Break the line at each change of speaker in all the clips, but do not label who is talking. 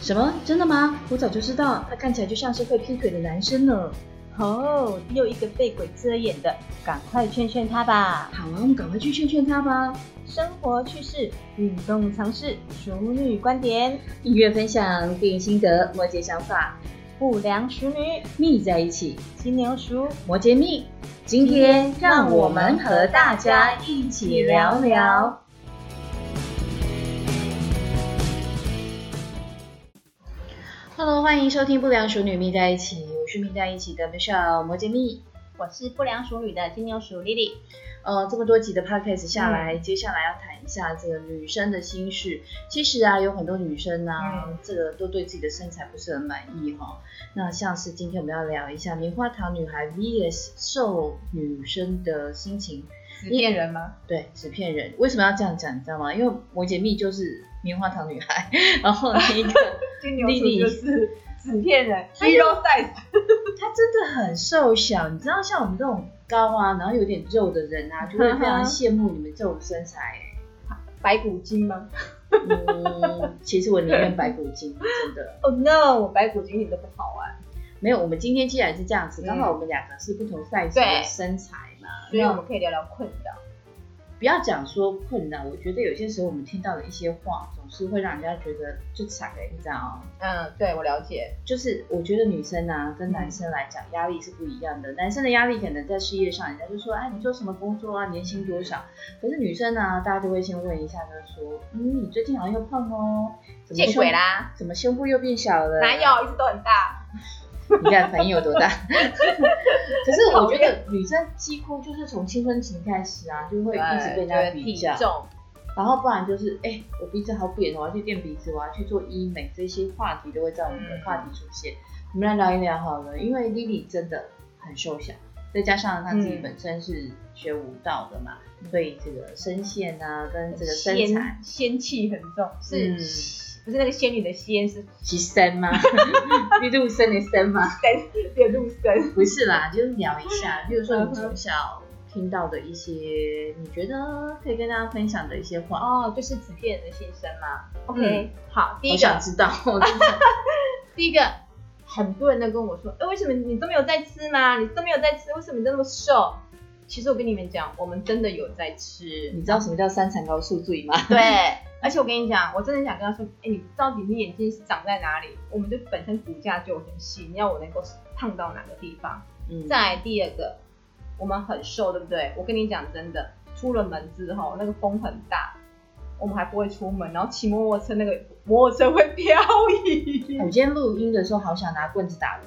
什么？真的吗？我早就知道，他看起来就像是会劈腿的男生呢。
哦，又一个被鬼遮眼的，赶快劝劝他吧。
好啊，我们赶快去劝劝他吧。
生活趣事、运动常识、熟女观点、
音乐分享、电影心得、摩羯想法，
不良熟女、
密在一起，
金牛熟。
摩羯密。今天让我们和大家一起聊聊。Hello，欢迎收听《不良熟女蜜在一起》，我是蜜在一起的 Michelle 摩羯蜜。
我是不良熟女的金牛熟 Lily。
呃，这么多集的 podcast 下来，接下来要谈一下这个女生的心事。其实啊，有很多女生呢、啊，
嗯
这个都对自己的身材不是很满意哈、那像是今天我们要聊一下棉花糖女孩 vs 瘦女生的心情，
纸片人吗？
对，纸片人为什么要这样讲，你知道吗？因为摩羯蜜就是棉花糖女孩，然后那个
金
牛熟
是纸片人
他有
size。
她真的很瘦小，你知道像我们这种高啊，然后有点肉的人啊，就会非常羡慕你们这种身材、欸。
白骨精吗
嗯， 其实我宁愿白骨精，真的
？Oh no，我白骨精你都不好玩，
没有。我们今天既然是这样子，
嗯
刚好我们两个是不同赛事
对
的身材嘛，
所以我
那
们可以聊聊困扰。
不要讲说困难，我觉得有些时候我们听到的一些话，总是会让人家觉得就惨了，你知道吗？
嗯，对，我了解。
就是我觉得女生啊
嗯
跟男生来讲压力是不一样的，男生的压力可能在事业上，人家就说，哎，你做什么工作啊，年薪多少？可是女生呢、啊大家就会先问一下，就是说，嗯，你最近好像又胖哦，怎么
见鬼
胸，
啦！
怎么胸部又变小了？
哪有，一直都很大。
你看反应有多大？ 可是我
讨
觉
厌
得女生几乎就是从青春期开始啊，就会一直被人家比较
体，重，
然后不然就是哎、我鼻子好扁哦，我要去垫鼻子，我要去做医美，这些话题都会在我们的话题出现。我们来聊一聊好了，因为 Lily 真的很瘦小，再加上她自己
嗯
本身是学舞蹈的嘛，所以这个声线啊跟这个身材
仙仙气很重，是、
嗯
不是那个仙女的仙是
提升吗？ 你入生的生吗？
变入生？
不是啦，就是聊一下，比如说
嗯
你
哼
从小听到的一些，你觉得可以跟大家分享的一些话。
哦，就是纸片人的心声嘛。OK，、好，第
我
一
想
个，
知 道，我真的
第一个，很多人都跟我说，哎、为什么你都没有在吃吗？你都没有在吃，为什么你都那么瘦？其实我跟你们讲，我们真的有在吃。
你知道什么叫三层高宿醉吗？
对，而且我跟你讲，我真的想跟他说，哎、你到底你眼睛是长在哪里？我们就本身骨架就很细，你要我能够胖到哪个地方？
嗯，
再来第二个，我们很瘦，对不对？我跟你讲真的，出了门之后那个风很大，我们还不会出门，然后骑摩托车那个摩托车会漂移。
我今天录音的时候好想拿棍子打人。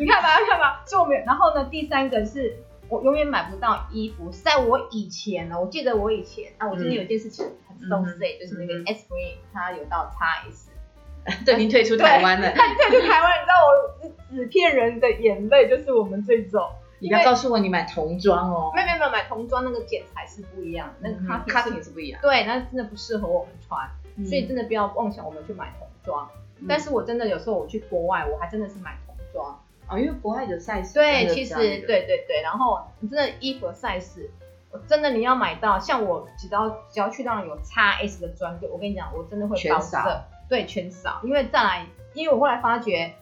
你看吧，看吧，就我们。然后呢，第三个是我永远买不到衣服，是在我以前呢，我记得我以前啊，我真的有一件事情很 so
嗯
sad，、就是那
嗯
个 S Green 它有到 X S。
对，您退出
对
台湾了，
他退去台湾，你知道我纸片人的眼泪就是我们这种，
你不要告诉我你买童装哦，
没有没有没有买童装那个剪裁是不一样的，那个 cutting 是
cutting 是不一样，
对，那真的不适合我们穿，所以
嗯
真的不要妄想我们去买童装。
嗯
但是我真的有时候我去国外，我还真的是买童装。
哦，因为国外的赛事
对，
真的
其
这
实
样
对
子，
对对，然后你真的衣服的 size，我真的你要买到，像我只要只要去到有 x S 的专柜，我跟你讲，我真的会
全
爆
少
色，对，全少，因为再来，因为我后来发觉，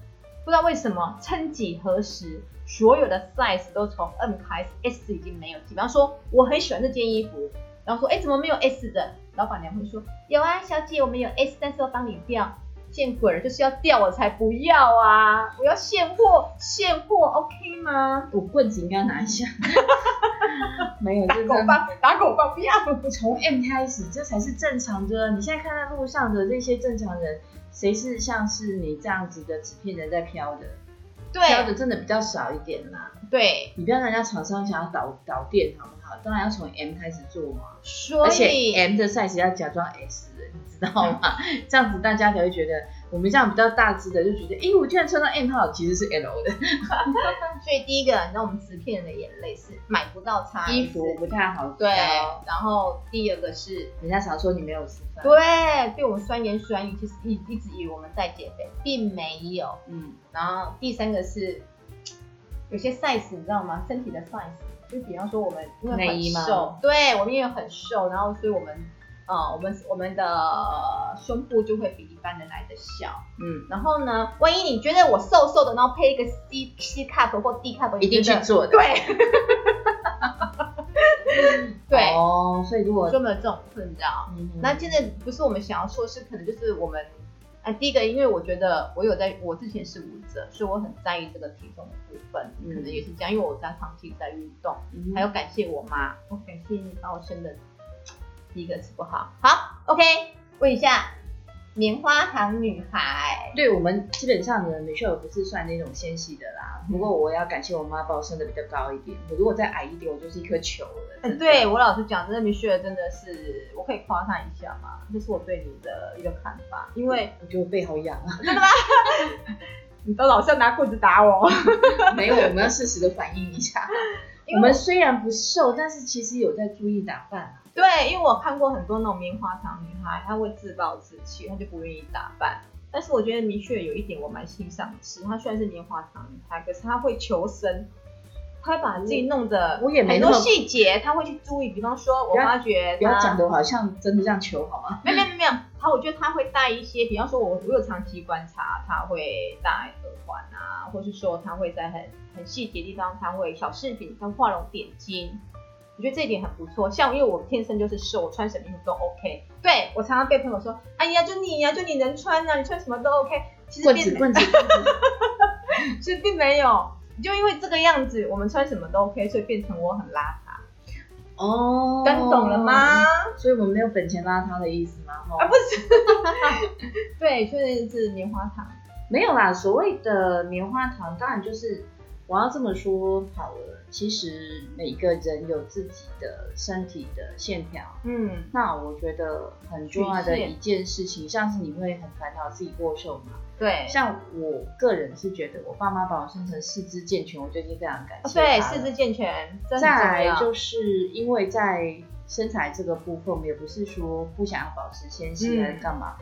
不知道为什么，曾几何时。所有的 size 都从 M 开始，S 已经没有。比方说，我很喜欢这件衣服，然后说，哎，怎么没有 S 的？老板娘会说，有啊，小姐，我们有 S，但是要帮你调。见鬼了，就是要调我才不要啊！我要现货，现货 OK 吗？
我棍子应该要拿一下， 没有，
打
这
狗
真的
棒，打狗棒，不要！
从 M 开始，这才是正常的。你现在看在路上的这些正常人，谁是像是你这样子的纸片人在飘的？飘
对
的真的比较少一点啦。
对，
你不要让人家厂商想要导导电，好不好？当然要从 M 开始做嘛。
所
而
以
且 M 的 size 要假装 S，的你知道吗？ 这样子大家才会觉得我们这样比较大只的就觉得，诶，我居然穿到 M 号，其实是 L 的
所以第一个，你知道我们纸片人的眼泪是买不到差
衣服不太好挑。
对，然后第二个是
人家常说你没有吃饭。
对，对我们酸言酸语，其实一一直以为我们在减肥，并没有。
嗯，
然后第三个是有些 size 你知道吗？身体的 size，就比方说我们因为
内衣
很
吗
瘦，对我们因为很瘦，然后所以我们呃，我们我们的胸部就会比一般人来的小。
嗯，
然后呢，万一你觉得我瘦瘦的，然后配一个 C C cup 或 D cup，
一定
你觉
去
得
做的。
对，对，
哦，所以如果
我就没有这种困扰。
嗯
那现在不是我们想要说，是可能就是我们，哎，第一个，因为我觉得我有在，我之前是舞者，所以我很在意这个体重的部分，
嗯
可能也是这样，因为我在长期在运动，
嗯
还有感谢我妈，我感谢你把我生的第一个是不好。好，OK，问一下棉花糖女孩，
对我们基本上呢，Michelle 不是算那种纤细的啦。
嗯
不过我要感谢我妈把我生的比较高一点，我如果再矮一点，我就是一颗球了。
哎，
真的
对，我老实讲，真的米雪真的是，我可以夸她一下嘛，这是我对你的一个看法，因为
我觉得我背好痒啊。
你都老是要拿棍子 打我。
没有，我们要适时的反应一下。
因
我
为
们虽然不瘦，但是其实有在注意打扮啊。
对，因为我看过很多那种棉花糖女孩，她会自暴自弃，她就不愿意打扮。但是我觉得明确有一点我蛮欣赏的是，她虽然是棉花糖女孩，可是她会求生，她会把自己弄得
我也没
很
那
多
么
细节，她会去注意。比方说，我
不要
发觉
不要
她
讲的我好像真的像球好吗？
没有没有没有，他我觉得他会戴一些，比方说我我有长期观察，他会戴耳环啊，或是说他会在很很细节的地方，他会小饰品，他画龙点睛。我觉得这一点很不错，像因为我天生就是瘦，我穿什么衣服都 OK 对。我常常被朋友说，哎呀，就你呀、就你能穿啊，你穿什么都 OK。其实
棍
并
子
没
棍子，棍 子
其实并没有，就因为这个样子，我们穿什么都 OK，所以变成我很邋遢。
哦，
但懂了吗？？
所以我们没有本钱邋遢的意思吗？
啊，
哈，
不是， 对，确实是棉花糖。
没有啦。所谓的棉花糖，当然就是我要这么说好了。其实每个人有自己的身体的线条，
嗯，
那我觉得很重要
曲
的
线
一件事情，像是你会很烦恼自己过瘦嘛？
对。
像我个人是觉得，我爸妈把我生成四肢健全，我就已经非常感谢他了。
哦对，四肢健全，这很
啊再
重
来
要。
就是因为在身材这个部分，我们也不是说不想要保持纤细
嗯
还是干嘛。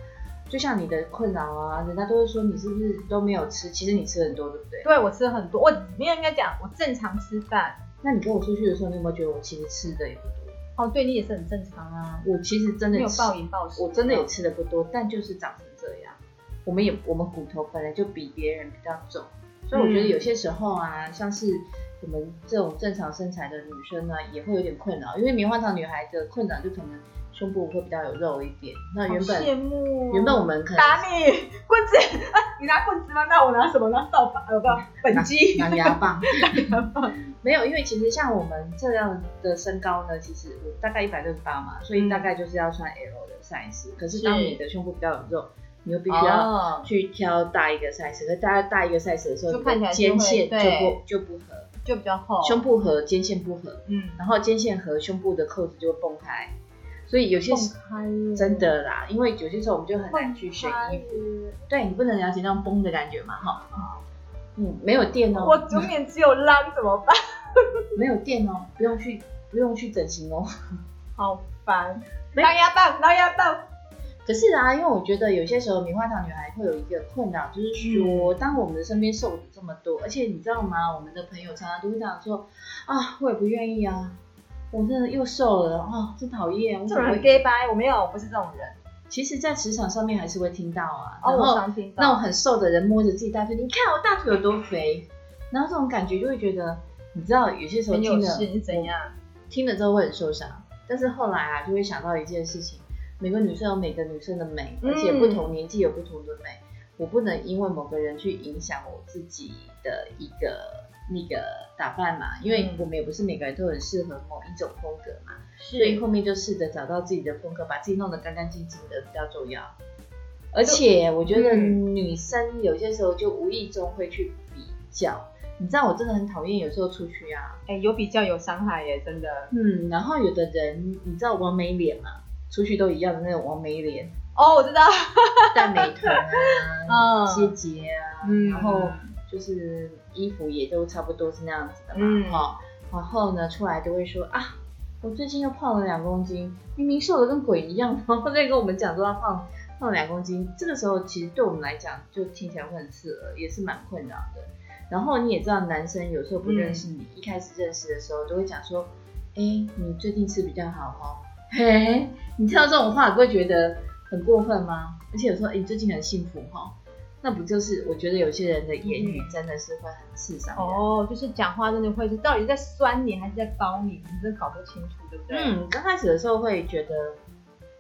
就像你的困扰啊，人家都会说你是不是都没有吃，其实你吃很多，对不对？
对我吃很多，我没有应该讲，我正常吃饭。
那你跟我出去的时候，你有没有觉得我其实吃的也不多？
哦，对你也是很正常啊，
我其实真的
没有
吃
暴饮暴食。哦
我真的也吃的不多，但就是长成这样。我们也我们骨头本来就比别人比较重，所以我觉得
嗯
有些时候啊，像是我们这种正常身材的女生呢，也会有点困扰，因为棉花糖女孩的困扰就可能胸部会比较有肉一点。那
好
原本
羡慕哦。
原本我们可能
打你棍子、啊，你拿棍子吗？那我拿什么？拿扫把？呃，不，本机。
拿牙棒， 没有，因为其实像我们这样的身高呢，其实我大概一百六十八嘛，所以大概就是要穿 L 的 size。可是当
嗯是
你的胸部比较有肉，你又必须要
哦，
去挑大一个 size，可是大家大一个 size 的时候，
就看起来就会
肩线
对
就不就不合，
就比较厚。
胸部合，肩线不合，
嗯，
然后肩线合，胸部的扣子就会蹦开，所以有些
放
时
开耶
真的啦，因为有些时候我们就很难去选衣服，
服。
对你不能了解那种崩的感觉嘛，哈，嗯，没有电哦，
我左面只有浪怎么办？
没有电哦，不用去不用去整形哦。
好烦！
没
狼牙棒，狼牙棒。
可是啊，因为我觉得有些时候棉花糖女孩会有一个困扰，就是说，
嗯
当我们的身边瘦子这么多，而且你知道吗？我们的朋友常常都会这样说啊，我也不愿意啊，我真的又瘦了啊，真讨厌。我
这
怎
种
么
人
会
gay 掰，我没有，我不是这种人。
其实，在职场上面还是会听到啊，
哦，
然
我
后
常听到。
那种很瘦的人摸着自己大腿，你看我大腿有多肥，然后这种感觉就会觉得，你知道，有些时候
很
听
有
了
事，你是怎样？
听了之后会很受伤，但是后来啊，就会想到一件事情：每个女生有每个女生的美，
嗯
而且不同年纪有不同的美。我不能因为某个人去影响我自己的一个那个打扮嘛，因为
嗯
我们也不是每个人都很适合某一种风格嘛，所以
是
后面就试着找到自己的风格，把自己弄得干干净净的比较重要。而且我觉得
嗯
女生有些时候就无意中会去比较，你知道我真的很讨厌有时候出去啊，
哎、有比较有伤害耶，真的。
嗯，然后有的人，你知道王美脸吗？出去都一样的那种王美脸、
哦，我知道，
淡美瞳啊、
嗯，
细节啊，
嗯
然后就是衣服也都差不多是那样子的
嗯
嘛，哈、然后呢，出来都会说啊，我最近又胖了两公斤，明明瘦的跟鬼一样，然后再跟我们讲说他胖胖两公斤，这个时候其实对我们来讲就听起来会很刺耳，也是蛮困扰的。然后你也知道，男生有时嗯候不认识你，一开始认识的时候都会讲说，哎，你最近吃比较好哦，嘿，你听到这种话，你不会觉得很过分吗？而且有时候，哎、你最近很幸福哈，那不就是？我觉得有些人的言语真的是会很刺伤人。
嗯哦，就是讲话真的会是到底在酸你还是在包你，你真的搞不清楚，对不对？，
嗯，刚开始的时候会觉得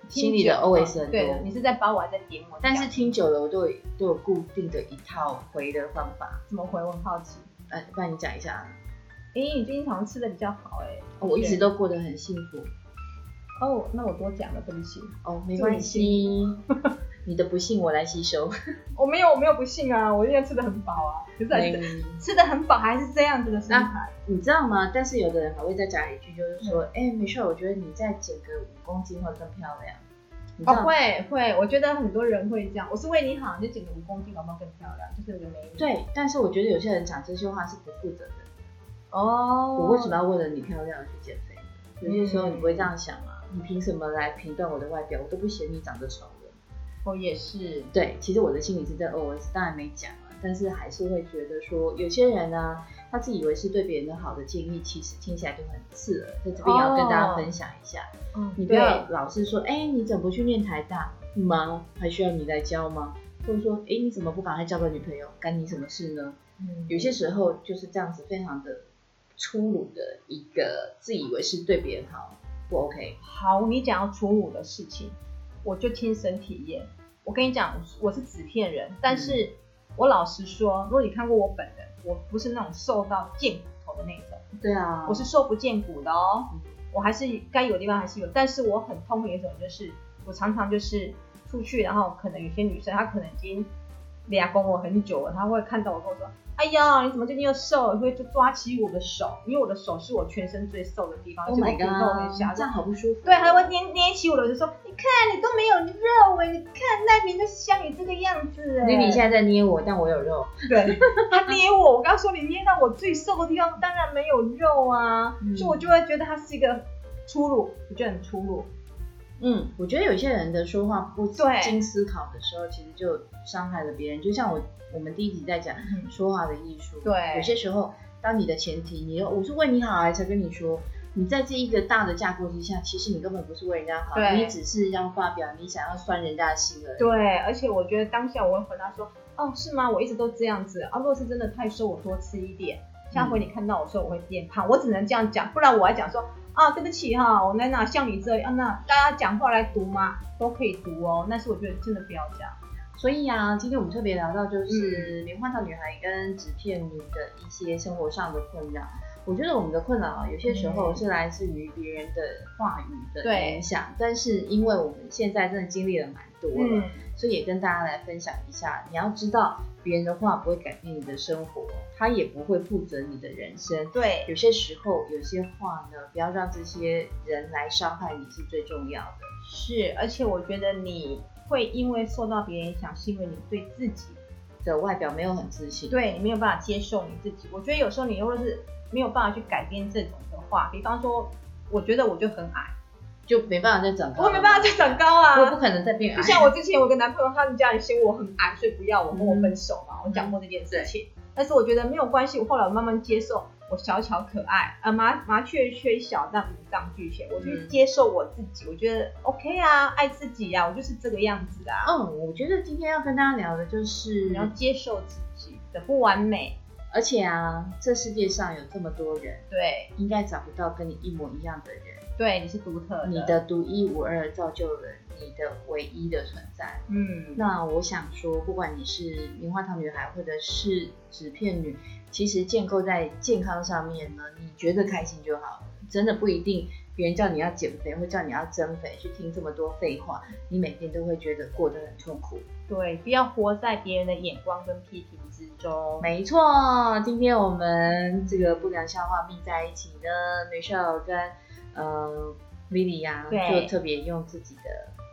心里的 OS 很
哦对，你
多，
是在包我，还是在点我？
但是听久了，我都有都有固定的一套回的方法。
怎么回我很好奇。
哎、不然你讲一下啊、
诶，你最近好像吃的比较好哎、
哦我一直
对
都过得很幸福。
哦，那我多讲了，对不起。
哦，没关系， 你的不幸我来吸 收。
我没有，我没有不幸啊，我现在吃的很饱啊，可是还是
嗯
吃的很饱，还是这样子的身材。
你知道吗？但是有的人还会再加一句，就是说，
嗯
哎、没事，我觉得你再减个五公斤会更漂亮。你知道
哦，
吗？
会会，我觉得很多人会这样。我是为你好，你就减个五公斤，搞不好更漂亮，就是你的美女。，
对，但是我觉得有些人讲这些话是不负责的。
哦，
我为什么要为了你漂亮去减肥？有些时候你不会这样想啊，
嗯
你凭什么来评断我的外表？我都不嫌你长得丑了。
我也是，
对，其实我的心里是在 OS，当然没讲啊，但是还是会觉得说，有些人呢、他自以为是对别人的好的建议，其实听起来就很刺耳。在这边也要跟大
哦
家分享一下。
嗯
你不要老是说，哎、你怎么不去念台大？忙还需要你来教吗？或者说，哎、你怎么不赶快交个女朋友？干你什么事呢？
嗯
有些时候就是这样子，非常的粗鲁的一个自以为是对别人好，不 OK。
好，你讲要出我的事情，我就亲身体验。我跟你讲，我是纸片人，但是我老实说，如果你看过我本人，我不是那种瘦到见骨头的那种，
对啊，
我是瘦不见骨的哦
嗯。
我还是该有的地方还是有，但是我很痛苦的一种就是，我常常就是出去，然后可能有些女生她可能已经俩跟我很久了，她会看到我跟我说：“哎呀，你怎么最近又瘦了？”会就抓起我的手，因为我的手是我全身最瘦的地方，而
Oh
且我
my
骨头很
god，
小，
这样好不舒服。哦
对，还会捏捏起我的，就说你看你都没有肉哎，你看那边都像你这个样子哎。
因为你现在在捏我，但我有肉。
对， 他捏我，我刚说你捏到我最瘦的地方，当然没有肉啊，
嗯
所以我就会觉得他是一个粗鲁，我觉得很粗鲁。
嗯，我觉得有些人的说话不
对
经思考的时候，其实就伤害了别人。就像我我们第一集在讲
嗯
说话的艺术，
对
有些时候当你的前提，你又我是为你好还才跟你说，你在这一个大的架构之下，其实你根本不是为人家好，
对
你只是要发表你想要酸人家的心而已。
对，而且我觉得当下我会回答说，哦，是吗？我一直都这样子啊，如果是真的太瘦，我多吃一点。下回你看到我说我会变胖，我只能这样讲，不然我还讲说啊，对不起哈、我奶奶像你这样，啊那大家讲话来读嘛，都可以读哦。但是我觉得真的不要这样。
所以啊，今天我们特别聊到
嗯
就是棉花糖女孩跟纸片女的一些生活上的困扰。我觉得我们的困扰啊，有些时候
嗯
是来自于别人的话语的
对
影响，但是因为我们现在真的经历了蛮多了，
嗯，
所以也跟大家来分享一下。你要知道，别人的话不会改变你的生活，他也不会负责你的人生。
对，
有些时候，有些话呢，不要让这些人来伤害你是最重要的。
是，而且我觉得你会因为受到别人影响，是因为你对自己
的外表没有很自信，
对你没有办法接受你自己。我觉得有时候你又是没有办法去改变这种的话，比方说，我觉得我就很矮，
就没办法再长高了。
我没办法再长高啊，
我也不可能再变
就
矮。
像我之前有个男朋友，他们家人嫌我很矮，所以不要我，跟我分手嘛。我讲过这件事情，
嗯
但是我觉得没有关系，我后来我慢慢接受，我小巧可爱，啊麻麻雀虽小，但五脏俱全，我去
嗯
接受我自己，我觉得 OK 啊，爱自己啊，我就是这个样子啊，
嗯，我觉得今天要跟大家聊的就是
你，要接受自己的不完美，
而且啊，这世界上有这么多人，
对
应该找不到跟你一模一样的人。
对，你是独特的，
你的独一无二造就了你的唯一的存在。
嗯，
那我想说，不管你是棉花糖女孩或者是纸片女，其实建构在健康上面呢，你觉得开心就好了，真的不一定。别人叫你要减肥，或叫你要增肥，去听这么多废话，你每天都会觉得过得很痛苦。
对，不要活在别人的眼光跟批评之中，
没错，今天我们这个不良笑话密在一起呢，Michelle 跟呃 Vivi 呀、
对
就特别用自己的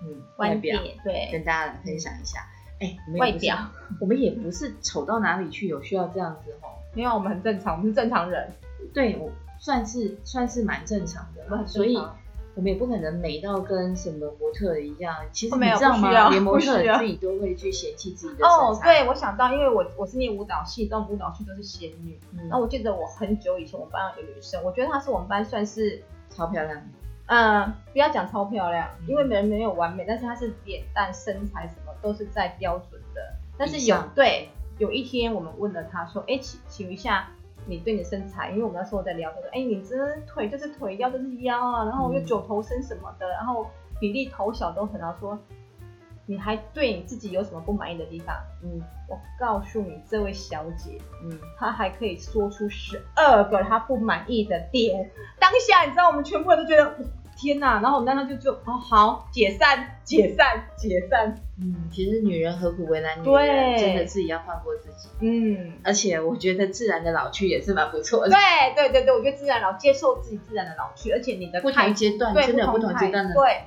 嗯外
观
表
点对
跟大家来分享一下。哎，我们也
外
不是
表，
我们也不是丑到哪里去，有需要这样子哦。
因为我们很正常，我们是正常人，
对，我算是算是蛮正常的
我
啦，
们很
所
正
以
常。
我们也不可能美到跟什么模特一样。其实
哦
你
没有
知道
不需要
吗？连模
不
特
需要
自己都会去嫌弃自己的
哦
身，材。
对，我想到，因为我我是念舞蹈系，但舞蹈系都是仙女。
嗯，
那我记得我很久以前，我们班有一个女生，我觉得她是我们班算是
超漂亮的。
嗯，不要讲超漂亮，
嗯
因为人没有完美，但是她是脸蛋、身材什么都是在标准的。但是
以
有
上
对有一天我们问了她说，哎，请请问一下你对你的身材，因为我们那时候在聊，她说，哎，你这腿就是腿，腰就是腰啊，然后又
嗯
九头身什么的，然后比例头小都很好，说你还对你自己有什么不满意的地方？
嗯
我告诉你，这位小姐，
嗯，
她还可以说出十二个她不满意的点。当下你知道，我们全部人都觉得天哪，然后我们当时就就哦好，解散， 解散，解散。
嗯，其实女人何苦为难女人？
对
真的自己要放过自己。
嗯，
而且我觉得自然的老去也是蛮不错的。
对对对对，我觉得自然老接受自己自然的老去，而且你的
不
态
同阶段
对
真的有不同
同
阶段的，
对，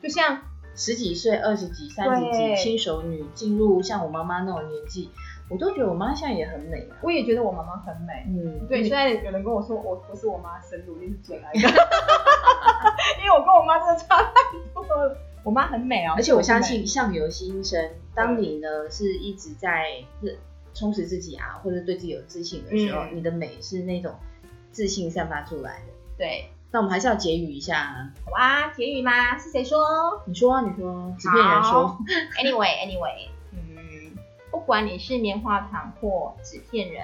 就像
十几岁、二十几、三十几，
对
轻熟女进入像我妈妈那种年纪，我都觉得我妈现在也很美啊。
我也觉得我妈妈很美。
嗯，
对，
嗯
现在有人跟我说我不是我妈生的，我一定是捡来的， 因为我跟我妈真的差太多了。我妈很美啊，
而且我相
不美，
信相由心生，当你呢是一直在认充实自己啊，或者对自己有自信的时候，
嗯
你的美是那种自信散发出来的。
对，
那我们还是要结语一下啊，
好啊，结语吗？是谁说
你说啊，你说，纸片人说
好，？Anyway，Anyway，嗯， 不管你是棉花糖或纸片人，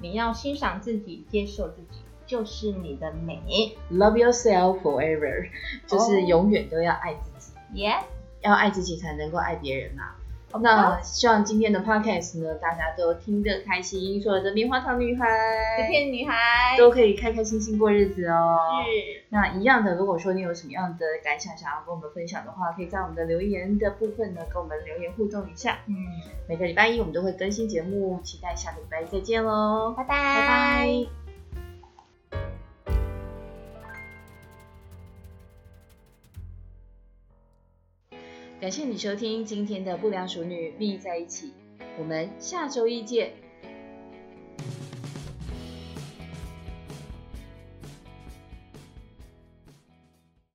你要欣赏自己，接受自己，就是你的美。
Love yourself forever，就是
哦
永远都要爱自己，
Yes，
要爱自己才能够爱别人嘛。那希望今天的 podcast 呢，大家都听得开心，所有的棉花糖女孩
纸片女孩
都可以开开心心过日子哦。
是
那一样的，如果说你有什么样的感想想要跟我们分享的话，可以在我们的留言的部分呢，跟我们留言互动一下。
嗯，
每个礼拜一我们都会更新节目，期待下个礼拜再见喽，
拜拜，
拜拜。感谢你收听今天的不良熟女蜜在一起，我们下周一见。